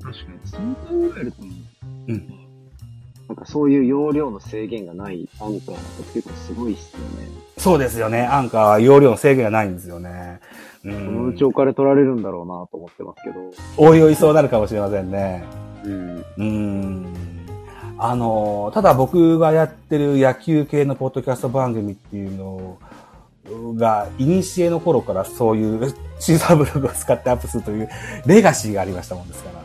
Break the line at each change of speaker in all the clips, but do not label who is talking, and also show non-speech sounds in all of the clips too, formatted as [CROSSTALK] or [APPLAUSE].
確かに。そう考えると、
うん。
なんかそういう容量の制限がないアンカーだと結構すごいっすよね。
そうですよね。アンカーは容量の制限がないんですよね。う
そのうんち。お金取られるんだろうなと思ってますけど。
おいおいそうなるかもしれませんね。
うん。
うーんあの、ただ僕がやってる野球系のポッドキャスト番組っていうのが、いにしえの頃からそういう [LAUGHS] シーサーブログを使ってアップするというレガシーがありましたもんですから。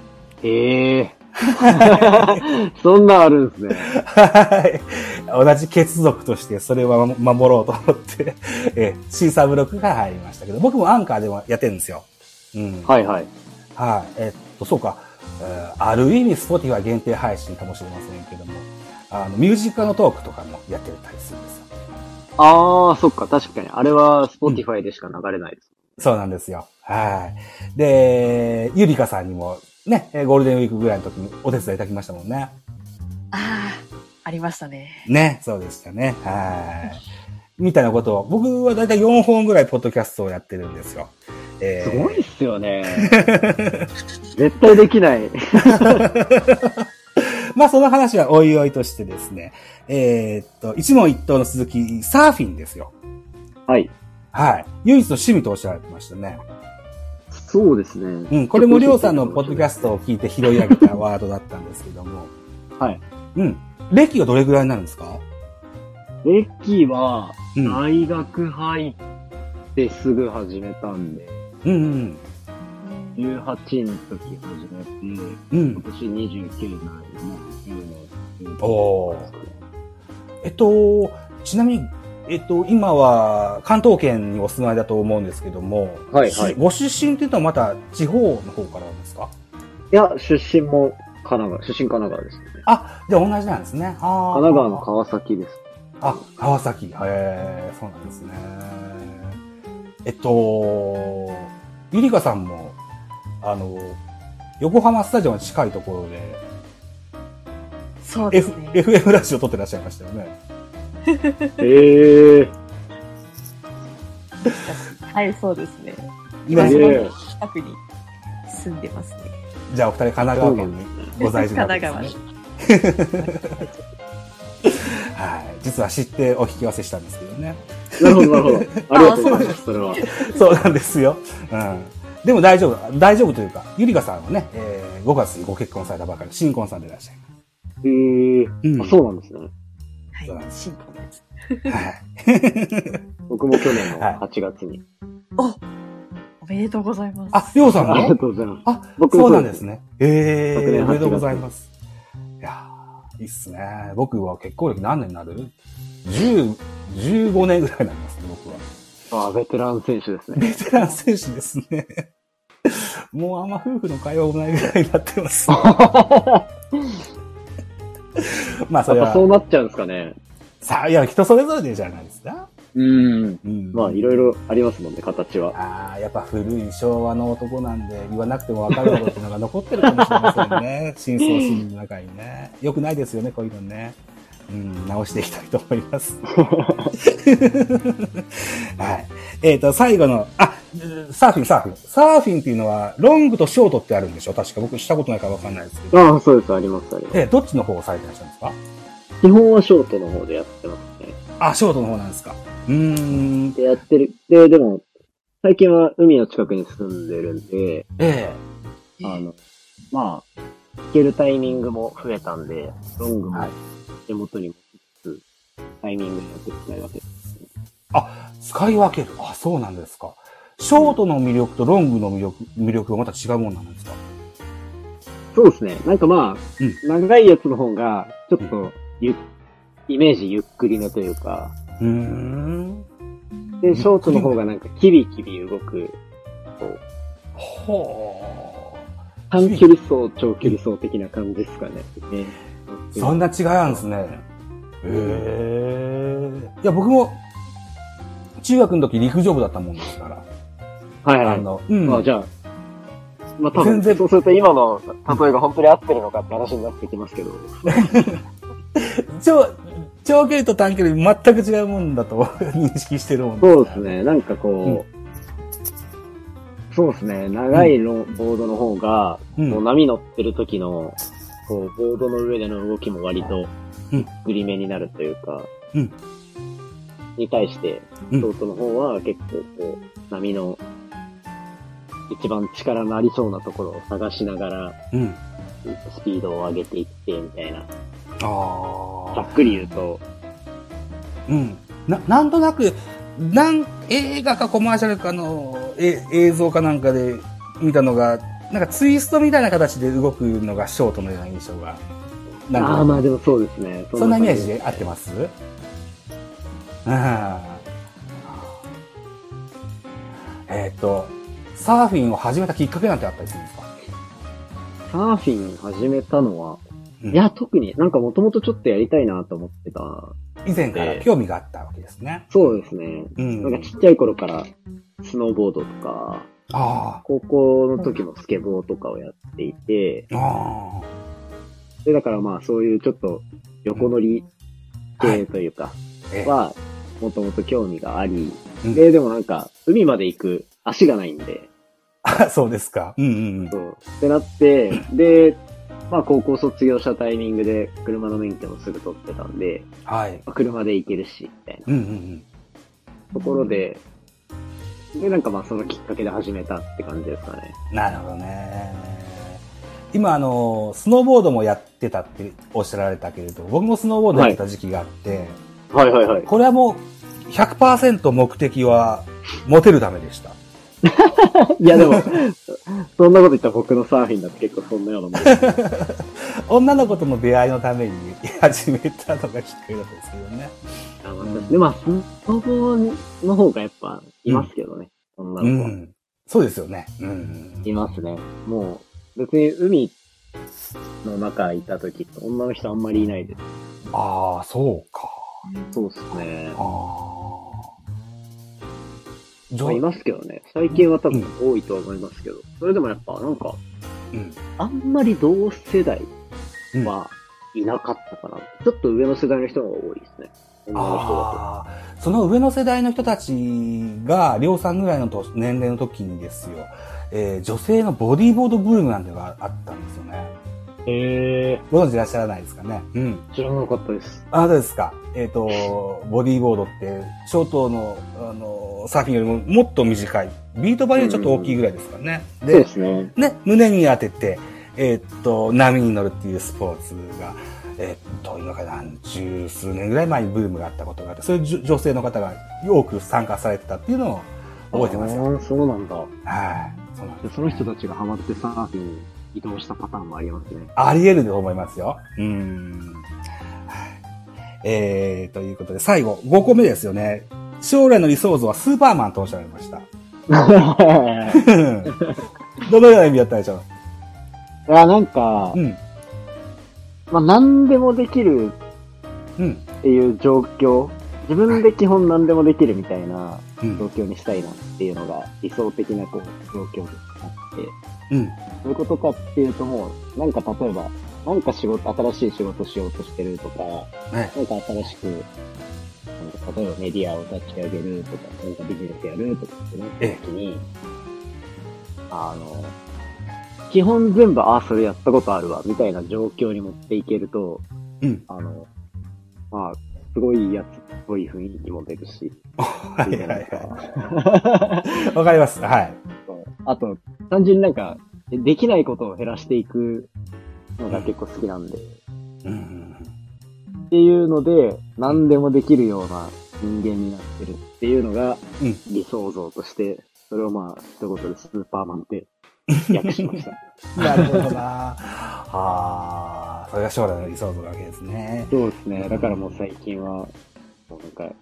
ええ [LAUGHS] そんなんあるんですね。
はい。同じ血族としてそれは守ろうと思って、えシーサーブログから入りましたけど、僕もアンカーでもやってるんですよ。うん。
はいはい。
はい。えっと、そうか。えーある意味、Spotify 限定配信かもしれませんけども、あの、ミュージックのトークとかもやってたりするんですよ。
ああ、そっか、確かに。あれは Spotify でしか流れないです。
そうなんですよ。はい。で、ゆりかさんにも、ね、えーゴールデンウィークぐらいの時にお手伝いいただきましたもんね。
ああ、ありましたね。
ね、そうでしたね。はい。みたいなことを、僕はだいたい4本ぐらいポッドキャストをやってるんですよ。えー
すごいっすよね。 [LAUGHS] 絶対できない。
まあ、その話はおいおいとしてですね。えーっと、一問一答の続き、サーフィンですよ。
はい。
はい。唯一の趣味とおっしゃられてましたね。
そうですね。
うん。これもりょうさんのポッドキャストを聞いて拾い上げたワードだったんですけども。
はい。
うん。歴はどれぐらいになるんですか
レッキーは、
うん。うん
大学入ってすぐ始めたんで、
うん
18の時始めて、
うん。う
今年
ん。
29なんで、もう10年。
おーえっと、ちなみに、えっと、今は関東圏にお住まいだと思うんですけども。
はいはい
しご出身っていうのはまた地方の方からなんですか
いや、出身も神奈川、出身神奈川ですね。
あ、じゃあ同じなんですね。あー
神奈川の川崎です。
あ、川崎。へえ、そうなんですね。えっと、ゆりかさんも、あの、横浜スタジオに近いところで、
そうです
F
ね。
FM ラジオ撮ってらっしゃいましたよね。
ええ
はい、そうですね。
今
今、
す
そ
げえ
の近くに住んでますね。
じゃあお二人神奈川県にご在住
神
なん
奈
ですね
川。に。
はい。実は知ってお引き合わせしたんですけどね。
なるほど、なるほ [LAUGHS] ど。ありがとうございます、それは。
そうなんですよ。うん。でも大丈夫、大丈夫というか、ゆりかさんはね、えー5月にご結婚されたばかり、新婚さんでいらっしゃいます。
ええ
うん
あ、そうなんですね。
はい、新婚です。
はい。
僕も去年の
はい
8月に。
おめでとうございます。
あ、りょうさん
あり
も
がとうございます。
あ、
僕
そうなんですね。え
昨
え
年
おめでと
8
うございます。いやーいいっすね。僕は結婚歴何年になる ?10、15年ぐらいになりますね、僕は。
あ、ベテラン選手ですね。
ベテラン選手ですね。 [LAUGHS] もうあんま夫婦の会話もないぐらいになっ
[LAUGHS]
てます。まあ、そ
やっ
れ
ぱそ、
は
うなっちゃうんですかね。
さあ、いや、人それぞれでじゃないですか。
うん。
うん。
まあ、いろい。ろありますもんね、形は。
ああ、やっぱ古い昭和の男なんで、言わなくてもわかるだろうっていうのが残ってるかもしれません [LAUGHS] ね。深層心理の中にね。よくないですよね、こういうのね。うん、直していきたいと思い [LAUGHS] ます。はい。えっ、と、最後の、あ、サーフィン、サーフィン。サーフィンっていうのは、ロングとショートってあるんでしょ確か僕したことないからわかんないですけど。
ああ、そうです、あります、あります。
え、どっちの方をされてらっしゃるんですか
基本はショートの方でやってますね。
あ、ショートの方なんですか。うーん、
で、やってる。で、でも、最近は海の近くに住んでるんで、
え
あの、まあ、行けるタイミングも増えたんで、ロング
は
も
い
手元に持ちつつ、タイミングでやっていきたいわけですね。
え使い分ける。あ、そうなんですか。ショートの魅力とロングの魅力、魅力はまた違うもんなんですか
そうですね。なんかまあ、
う
長いやつの方が、ちょっと、ゆ、イメージゆっくりめというか、
うーん。
で、ショートの方がなんか、キビキビ動く、
ほ
短距離走、長距離走的な感じですかね。ね
う。そんな違いなんですね。へえ。いや、僕も、中学の時陸上部だったもんですから。
はいは
あ
い。
の、うん。
まあじゃあ、まあ多分、
全然
そうすると今の例えが本当に合ってるのかって話になってきますけど。
長、長距離と短距離全く違 [LAUGHS] うもんだと認識してるもん
そうです。ね。なんかこう、そうですね。長いロボードの方が、
う。
こうん波乗ってる時の、こう、ボードの上での動きも割と
うん、
グリめになるというか、
うん
に対して、
うん
ショートの方は結構こう、波の、一番力のありそうなところを探しながら、
うん。
スピードを上げていって、みたいな。
あ
ざっ
あ。
くり言うと、
うん。な、なんとなく、なん、映画かコマーシャルかの、え、映像かなんかで見たのが、なんかツイストみたいな形で動くのがショートのような印象が。なん
ああー、まあでもそうですね。
そんなイメー
感
ジ
じ
で合ってますあーえっ、と、サーフィンを始めたきっかけなんてあったりするんですか
サーフィン始めたのは、
うん
いや、特になんかもともとちょっとやりたいなと思ってた。
以前から興味があったわけですね。
そうですね。
う
なん
ん
か。ちっちゃい頃から、スノーボードとか、
あ
高校の時もスケボーとかをやっていて、
あ。あ
で、だからまあそういうちょっと横乗り
あ。は
系
い。
というか、
ええ
は、もともと興味があり、
うん
で、でもなんか、海まで行く足がないんで、
あ [LAUGHS] そうですか。うんうん
そう。ってなって、で、まあ高校卒業したタイミングで車の免許もすぐ取ってたんで、
うん。はい。
まあ車で行けるし、みたいな
うんうんうん。
ところで、で、なんかまあそのきっかけで始めたって感じですかね。
なるほどね。今、あの、スノーボードもやってたっておっしゃられたけれど、僕もスノーボードやってた時期があって、
はいはいはい。
これはもう100%目的はモテるためでした。
いやでも、そんなこと言ったら僕のサーフィンだって結構そんなようなもんですね
女の子との出会いのために始めたのがきっかけだったんですけどね。
あまあで、まあ、スノボの方がやっぱいますけどね。女
う
の子は、
ん。そうですよね。うん。
いますね。もう、別に海の中いた時って女の人あんまりいないです。
ああ、そうか。
そうですね。
ああ。
まあ、い
うん
ますけどね。最近は多分多いとは思いますけど。それでもやっぱなんか、あんまり同世代
うん。
はいなかったかな。ちょっと上の世代の人が多いですね。女の人だと。
ああ、その上の世代の人たちが、りょうさんぐらいの年年齢の時にですよ、えー女性のボディーボードブームなんてのがあったんですよね。
へえ
ご存知いらっしゃらないですかね。うん。
ー、知らなかったです。
あなたですか。えっ、と、ボディーボードって、ショートの、あの、サーフィンよりももっと短い。ビート板よりちょっと大きいぐらいですかね。
そうで
で、
すね。
ね、胸に当てて、えっ、と、波に乗るっていうスポーツが、えっ、と、今から何十数年ぐらい前にブームがあったことがあって、そういうじょ女性の方が多く参加されてたっていうのを覚えてますよ。
ああ、そうなんだ。
はい。そうなんです。
その人たちがハマってサーフィンに移動したパターンもあります [LAUGHS] ね。
あり得ると思いますよ。うん。はいえー、ということで、最後、5個目ですよね。将来の理想像はスーパーマンとおっしゃられま
[LAUGHS]
した。どのような意味だったでしょ
いや、なんか
う、うん。
まあ、何でもできる
うん。
っていう状況、自分で基本何でもできるみたいな
うん
状。況にしたいなっていうのが理想的なこう状況ですあって、
うん。
どういうことかっていうともう、なんか例えば、なんか仕事、新しい仕事しようとしてるとか、
ね。
なんか新しく、なんか例えばメディアを立ち上げるとか、なんかビジネスやるとかってなった時に、あの、基本全部、ああ、それやったことあるわ、みたいな状況に持っていけると、
うん。
あの、まあ、すごいやつっぽい雰囲気も出るし、
はいい
いじゃ
は
ない
い
ですか
は。い。わかります。はい。
あと、単純になんか、できないことを減らしていくのが結構好きなんで、
うん。
っていうので、何でもできるような人間になってるっていうのが
うん、
理想像として、それをまあ、一言でスーパーマン [LAUGHS] って訳しました。
なるほどな [LAUGHS] あー、それが将来の理想像なわけですね。
そうですね。だからもう最近は、もうなんか、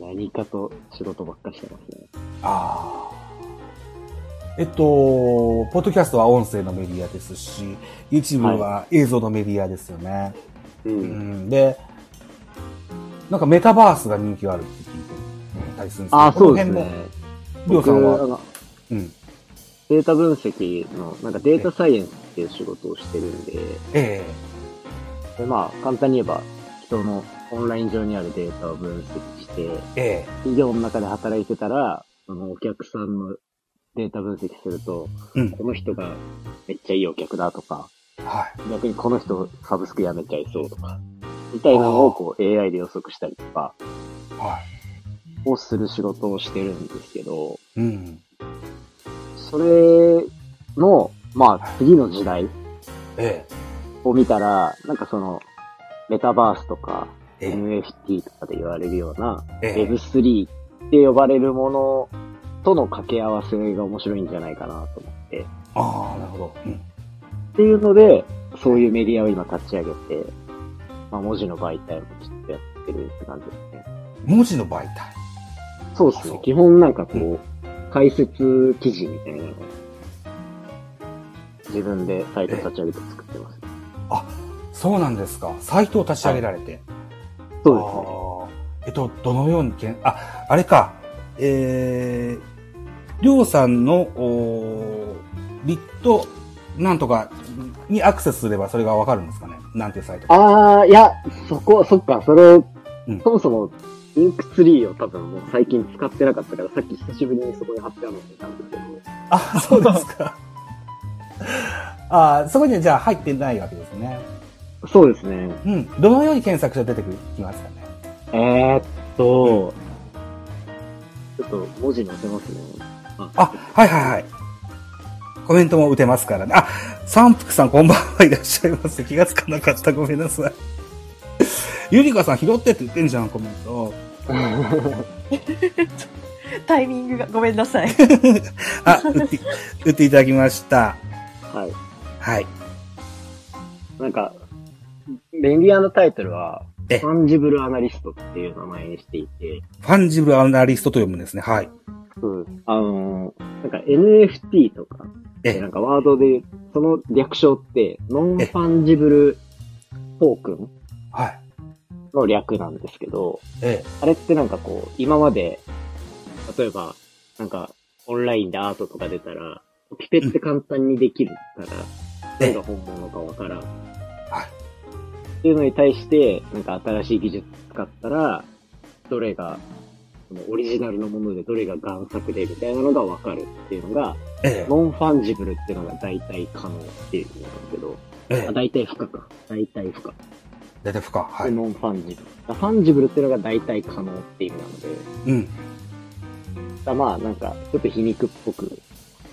何かと仕事ばっかしてますね。
ああ。えっと、ポッドキャストは音声のメディアですし、YouTube は映像のメディアですよね。
う。
うんん。で、なんかメタバースが人気があるって聞いてたりするんですけど、
ああ、そうです
この
ね
辺も。りょう
僕
さん
あ
は、
の
うん。
データ分析の、なんかデータサイエンスっていう仕事をしてるんで、
え
でまあ、簡単に言えば、人のオンライン上にあるデータを分析して、
えええ
企業の中で働いてたら、そのお客さんのデータ分析すると、
うん
この人がめっちゃいいお客だとか、
はい。
逆にこの人サブスクやめちゃいそうとか、みたいなのをこう AI で予測したりとか
は
をする仕事をしてるんですけど、
い。うん。
それの、まあ次の時代
え
を見たら、なんかその、メタバースとか、
え。え
NFT とかで言われるような、
え。ええ。
Web3 って呼ばれるものとの掛け合わせが面白いんじゃないかなと思って。
ああ、なるほど。うん。
っていうので、そういうメディアを今立ち上げて、まあ文字の媒体もちょっとやってるって感じですね。
文字の媒体。
そうです
そ
ね
う。
基本なんかこう、解説記事みたいなのを自分でサイト立ち上げて作ってます。
そうなんですか。サイトを立ち上げられて。
そうですね。
あーえっと、どのようにけん、あ、あれか、えー、りょうさんの、おーリット、なんとかにアクセスすればそれがわかるんですかねなんていうサイトか。
あー、いや、そこ、そっか、それを、
うん
そもそも、インクツリーを多分もう最近使ってなかったから、さっき久しぶりにそこに貼ってあるのを見たんですけど、
あ、そうで
[LAUGHS]
すか。あーそこにはじゃあ入ってないわけですね。
そうですね。
うん。どのように検索して出てきますかね
えー、っと、ちょっと文字載せますね。 [LAUGHS]
あ、はいはいはい。コメントも打てますからね。あ、三福さんこんばんはいらっしゃいます。気がつかなかった。ごめんなさい。ゆりかさん拾ってって言ってんじゃん、コメント。
タイミングが、ごめんな
[LAUGHS]
さい。
あ、
[LAUGHS]
打って、打っていただきました。
はい。
はい。
なんか、メディアのタイトルは、フ
え
ァンジブルアナリストっていう名前にしていて、
ファンジブルアナリストと読むんですね。はい。
うん、あのーなんか NFT とか、
え
な、んかワードで言う、その略称って、ノンファンジブルトークン
はい。
の略なんですけど、
え、
あれってなんかこう、今まで、例えば、なんか、オンラインでアートとか出たら、ピペって簡単にできるから、
え
何
え
が本物かわからん。
はい
っていうのに対して、なんか新しい技術使ったら、どれが、そのオリジナルのものでどれが贋作でみたいなのがわかるっていうのが、
え、
ノンファンジブルっていうのが大体可能っていうのなんですけど、
え
あ、、大体不可か。大体不可。
出てふか。は
で
い。
ノンファンジブル。だからファンジブルっていうのが大体可能っていう意味なので、
うん。
だからまあなんか、ちょっと皮肉っぽく、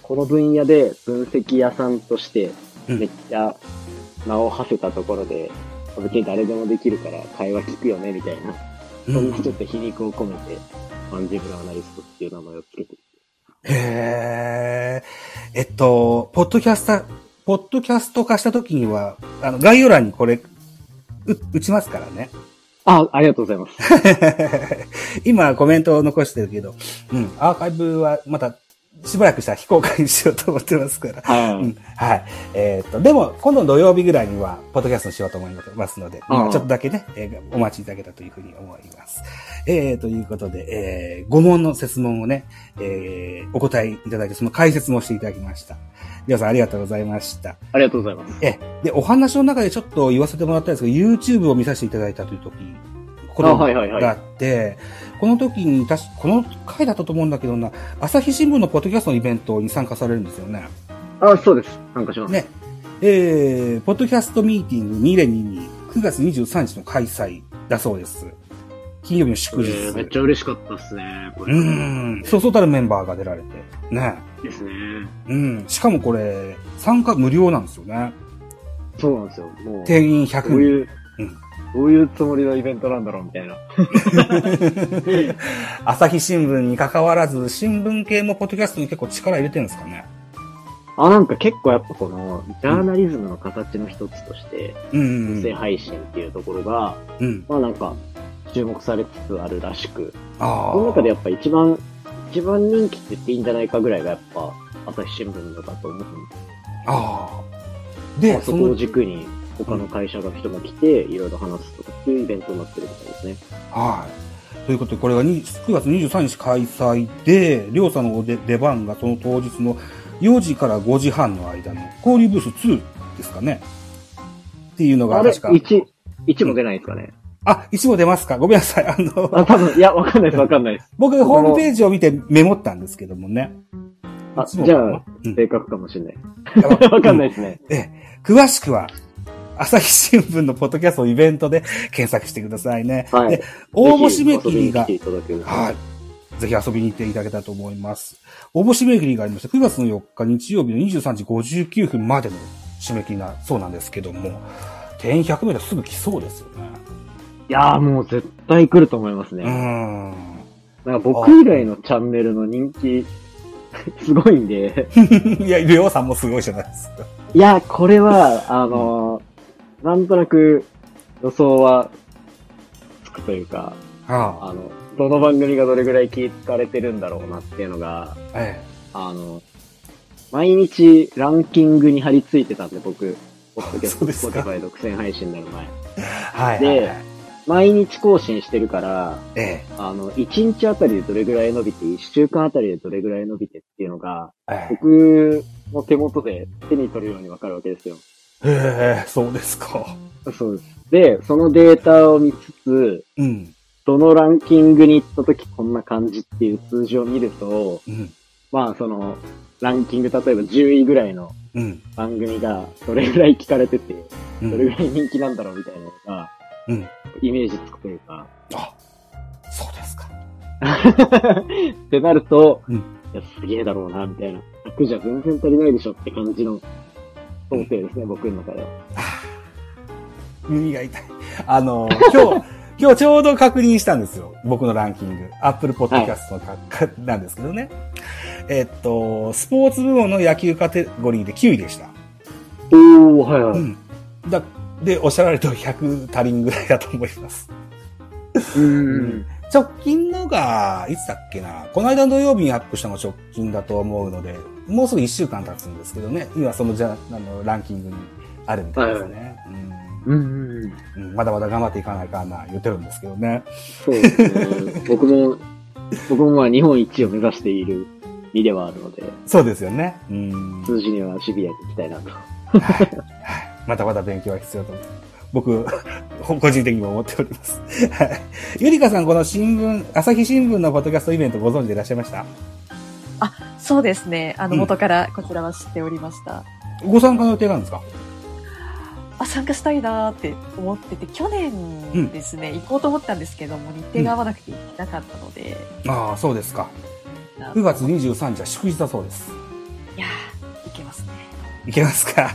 この分野で分析屋さんとして、
うん
めっちゃ名を馳せたところで、別に誰でもできるから会話聞くよね、みたいな。そんなちょっと皮肉を込めて、ファンジブルアナリストっていう名前をつけて。
へえ。えっと、ポッドキャスタ、ポッドキャスト化した時には、あの、概要欄にこれ、う、打ちますからね。
あ、ありがとうございます。
[LAUGHS] 今コメントを残してるけど、うん、アーカイブはまたしばらくしたら非公開にしようと思ってますから。
はい、
うん、はい。えーっと、でも、今度の土曜日ぐらいには、ポッドキャストにしようと思いますので、
うん
うんちょっとだけね、えーお待ちいただけたというふうに思います。えー、ということで、えー、5問の説問をね、えー、お答えいただいて、その解説もしていただきました。皆さんありがとうございました。
ありがとうございます。
え、で、お話の中でちょっと言わせてもらったんですけど、YouTube を見させていただいたという時、こ
あ
と
はいはいはい
があって、この時に、確かこの回だったと思うんだけどな、朝日新聞のポッドキャストのイベントに参加されるんですよね。
あ、そうです。参加します。
ね。えー、ポッドキャストミーティング2022、9月23日の開催だそうです。金曜日の
え
祝日。
ーめっちゃ嬉しかったっすね。こ
う
れ。
ん。そうそうたるメンバーが出られて。ね。
ですね。
うん。しかもこれ、参加無料なんですよね。
そうなんですよ。もう。
定
どう
員100人。
いう、
うん
どういうつもりのイベントなんだろうみたいな。
[LAUGHS] 朝日新聞に関わらず、新聞系もポッドキャストに結構力入れてるんですかね。
あ、なんか結構やっぱこの、ジャーナリズムの形の一つとして、
うん
音
うんう
声
ん。
配信っていうところが、
うん。
まあなんか、注目されつつあるらしく、
ああ。
その中でやっぱ一番、一番人気って言っていいんじゃないかぐらいがやっぱ、朝日新聞だと思うんで、
ああ。
ま
で、
あそ
そ
こを
の、
軸に、他の会社の人も来て、いろいろ話すとかっていうイベントになってるみたいですね。
はい。ということで、これがに9月23日開催で、りょうさんのお出出番がその当日の4時から5時半の間の交流ブース2ですかね。っていうのが
あれ
確か。
?1、1も出ないんですかね、
あ、一部出ますかごめんなさい。あの、
あ、多分、いや、わかんないです、わかんないです。
僕ホームページを見てメモったんですけどもね。
あ
いつも
じ
か
ゃ
な
あ
うん
正確かもしれない。 [LAUGHS]
いやわ
わかんないですね。
詳しくは、朝日新聞のポッドキャストイベントで検索してくださいね。
はい
で。応募締め切りが
ぜひ遊びに来ていただけると
はい。ぜひ遊びに行っていただけたらと思います。応募締め切りがありまして、9月の4日日曜日の23時59分までの締め切りな、そうなんですけども、定員100名ですぐ来そうですよね。
いやーもう絶対来ると思います
う
ね。
ーん。
なんか僕以外のチャンネルの人気、 [LAUGHS] すごいんで。 [LAUGHS]
いや、レオさんも [LAUGHS] すごいじゃないですか。
いや、これは、あのーなんとなく予想はつくというか、
ああ、
あの、どの番組がどれぐらい聞かれてるんだろうなっていうのが、
え
あの、毎日ランキングに張り付いてたんで、僕、ポッドキャス
[LAUGHS] そ
ト、
うですか
Spotify 独占配信になる前。
え。はいはいはい。
毎日更新してるから、
ええ。
あの、1日あたりでどれぐらい伸びて、1週間あたりでどれぐらい伸びてっていうのが、
ええ
僕の手元で手に取るようにわかるわけですよ。
へえ、そうですか。
そうです。で、そのデータを見つつ、
うん。
どのランキングに行った時こんな感じっていう数字を見ると、
うん。
まあその、ランキング、例えば10位ぐらいの
うん。
番組がどれぐらい聞かれてて、
う
どれぐ
ん。
らい人気なんだろうみたいなのが、
うん。
イメージつくというか、
あ、そうですか。
ってなると、
うん
いやすげえだろうな、みたいな。100じゃ全然足りないでしょって感じの想定ですね、僕の中では。
耳が痛い。あの、今日、 [LAUGHS] 今日ちょうど確認したんですよ。僕のランキング。Apple Podcast のか、かなんですけどね。えっと、スポーツ部門の野球カテゴリーで9位でした。
おー、はいは
う
い。
ん。だ、で、おっしゃられた100足りんぐらいだと思います。
うん。
直近のが、いつだっけな。この間の土曜日にアップしたのが直近だと思うので、もうすぐ1週間経つんですけどね。今そのじゃ、あの、ランキングにあるみたいですね。う
う
ん
ん。
うん。まだまだ頑張っていかないかな、言ってるんですけどね。
そうですね。僕も、僕もまあ日本一を目指している身ではあるので、
そうですよね。うん。
数字にはシビアに行きたいなと。
まだまだ勉強は必要と思う。僕、 [LAUGHS] 個人的にも思っております。はいゆりかさん、この新聞、朝日新聞のポッドキャストイベントご存知でいらっしゃいました
そうですね。あの、
うん
元からこちらは知っておりました。
ご参加の予定なんですか
あ、参加したいなーって思ってて、去年ですね、行こうと思ったんですけども、日程が合わなくて行けなかったので、
ああ、そうですか。
なん
9月23日は祝日だそうです。
いやー、行けますね。
いけますか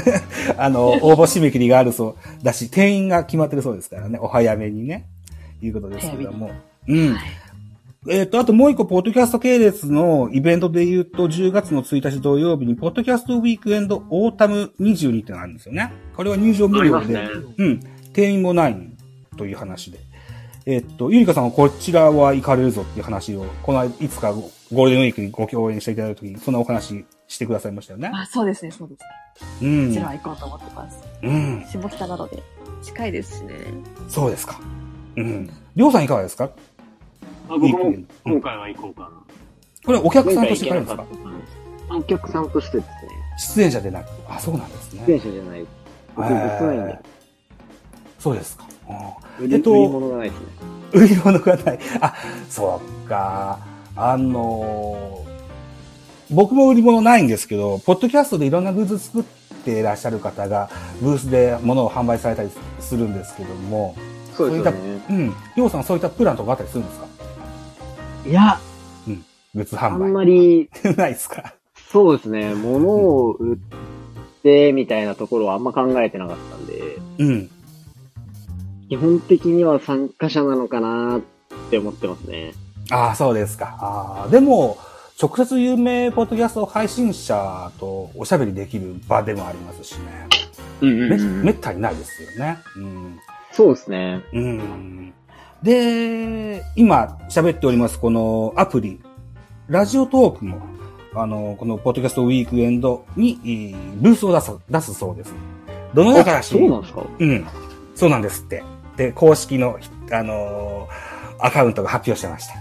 [LAUGHS] あの、応募締め切りがあるそうだし、定員が決まってるそうですからね、お早めにね、いうことですけども。うん。えっ、と、あともう一個、ポッドキャスト系列のイベントで言うと、10月の1日土曜日に、ポッドキャストウィークエンドオータム22ってのがあるんですよね。これは入場無料で、うん、定員もないという話で。えっ、と、ゆりかさんはこちらは行かれるぞっていう話を、この間、いつかゴールデンウィークにご共演していただいた時に、そんなお話してくださいましたよね。
あ、そうですね、そうですね。
う
こ
ん
ちら。は行こうと思ってます。
うん。
下北などで、近いですしね。
そうですか。うん。りょうさんいかがですか
あ僕
いい
も
うん
今回は行こうかな。
これお客さんとして行かれるんですか
あお客さんとしてですね、
出演者でなく。あ、そうなんですね。
出演者じゃない。僕、
へ
物
ー
ないんで、
そうですか。うん
売り
えっと
売り物がないですね。
売り物がない。 [LAUGHS] あ、そうか。あのー僕も売り物ないんですけど、ポッドキャストでいろんなグッズ作っていらっしゃる方が、ブースで物を販売されたりするんですけども、
そうう
で
ですす
よ
よ
ね
ね。
うん。りょうさんそういったプランとかあったりするんですか
いや、
グッズ
あ
販
んま
売。
り、
[LAUGHS] ないですか
そうですね、物を売ってみたいなところはあんま考えてなかったんで、
うん。
基本的には参加者なのかなって思ってますね。
ああ、そうですか。ああ、でも、直接有名ポッドキャスト配信者とおしゃべりできる場でもありますしね。
うん
めめったにないですよね。うん。
そうですね。
うん。で、今喋っておりますこのアプリ、ラジオトークも、あの、このポッドキャストウィークエンドに、えーブースを出す、出すそうです。どのような
あそうなんですか
うん。そうなんですって。で、公式の、あのーアカウントが発表してました。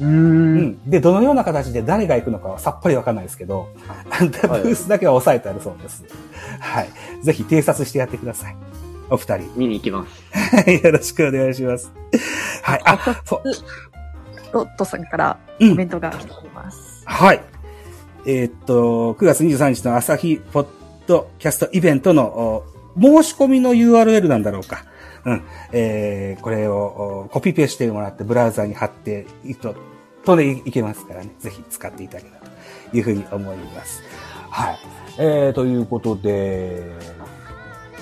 う。
うんん。で、どのような形で誰が行くのかはさっぱりわかんないですけど、あんたブ
はい
ースだけは抑えてあるそうです。はい。ぜひ偵察してやってください。お二人。 [LAUGHS]
見に行きます。
よろしくお願いします。はい。あ、そう。
ロットさんから
う
コメ
ん。
ントが来ております。
はい。えーっと、9月23日の朝日ポッドキャストイベントのお申し込みの URL なんだろうか。うん。えー、これをおコピペしてもらってブラウザに貼っていくと、とね、いけますからね。ぜひ使っていただけたらというふうに思います。はい。えー、ということで、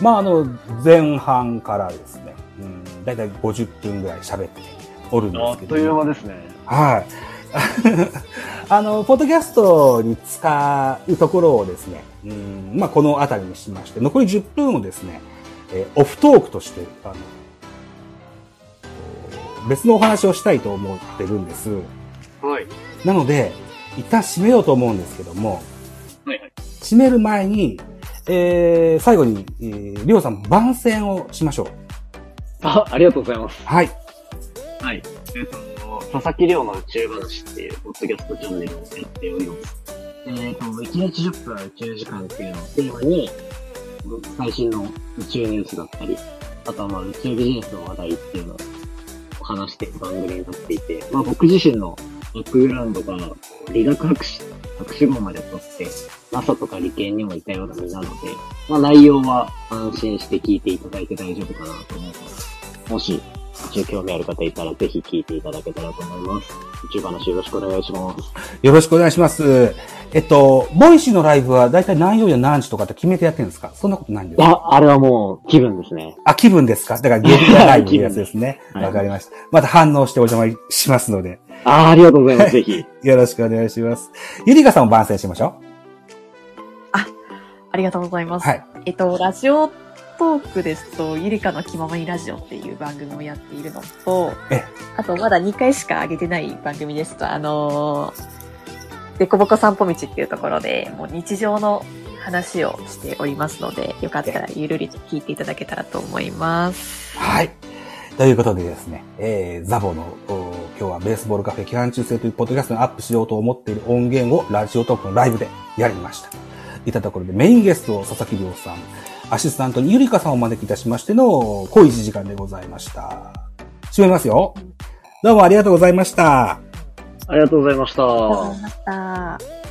まあ、あの、前半からですね、うん、だいたい50分ぐらい喋っておるんですけど。
間ですね。
はい。あの、ポッドキャストに使うところをですね、うんまあ、この辺りにしまして、残り10分をですね、えーオフトークとして、あの、別のお話をしたいと思ってるんです。
はい。
なので、一旦締めようと思うんですけども、
はいはい。
締める前に、えー最後に、えーりょうさん番宣をしましょう。
あ、ありがとうございます。
はい。
はい。えっ、と、佐々木亮の宇宙話っていう、ポッドキャストチャンネルをやっております。えっ、と、1日10分宇宙時間っていうのをテーマに、最新の宇宙ニュースだったり、あとはまあ宇宙ビジネスの話題っていうのを話していく番組になっていて、まあ僕自身のバックグラウンドが理学博士、博士号まで取って、NASA とか理系にもいたような身なので、まあ内容は安心して聞いていただいて大丈夫かなと思います。もし、宇宙興味ある方いたらぜひ聞いていただけたらと思います。宇宙話よろしくお願いします。
よろしくお願いします。えっと、ボイシーのライブはだいたい何曜日や何時とかって決めてやってるんですかそんなことないんですか
あ、あれはもう気分ですね。
あ、気分ですかだから、ゲリラライブのやつですね。
気分
わ、かりました。また反応してお邪魔しますので、
ああ、ありがとうございます。ぜひ。
よろしくお願いします。ゆりかさんも番宣しましょ
ありがとうございま
う。
す。
はい。
えっと、ラジオトークですと、ゆりかの気ままにラジオっていう番組をやっているのと
え、
あとまだ2回しか上げてない番組ですと、あのー、でこぼこ散歩道っていうところで、もう日常の話をしておりますので、よかったらゆるりと聞いていただけたらと思います。
はい。ということでですね、えー、ザボの、お今日はベースボールカフェ期間中制というポッドキャストにアップしようと思っている音源をラジオトークのライブでやりました。いたところでメインゲストを佐々木亮さん、アシスタントにゆりかさんをお招きいたしましての、濃い1時間でございました。締めますよ。どうもありがとうございました。
ありがとうございました。
ありがとうございました。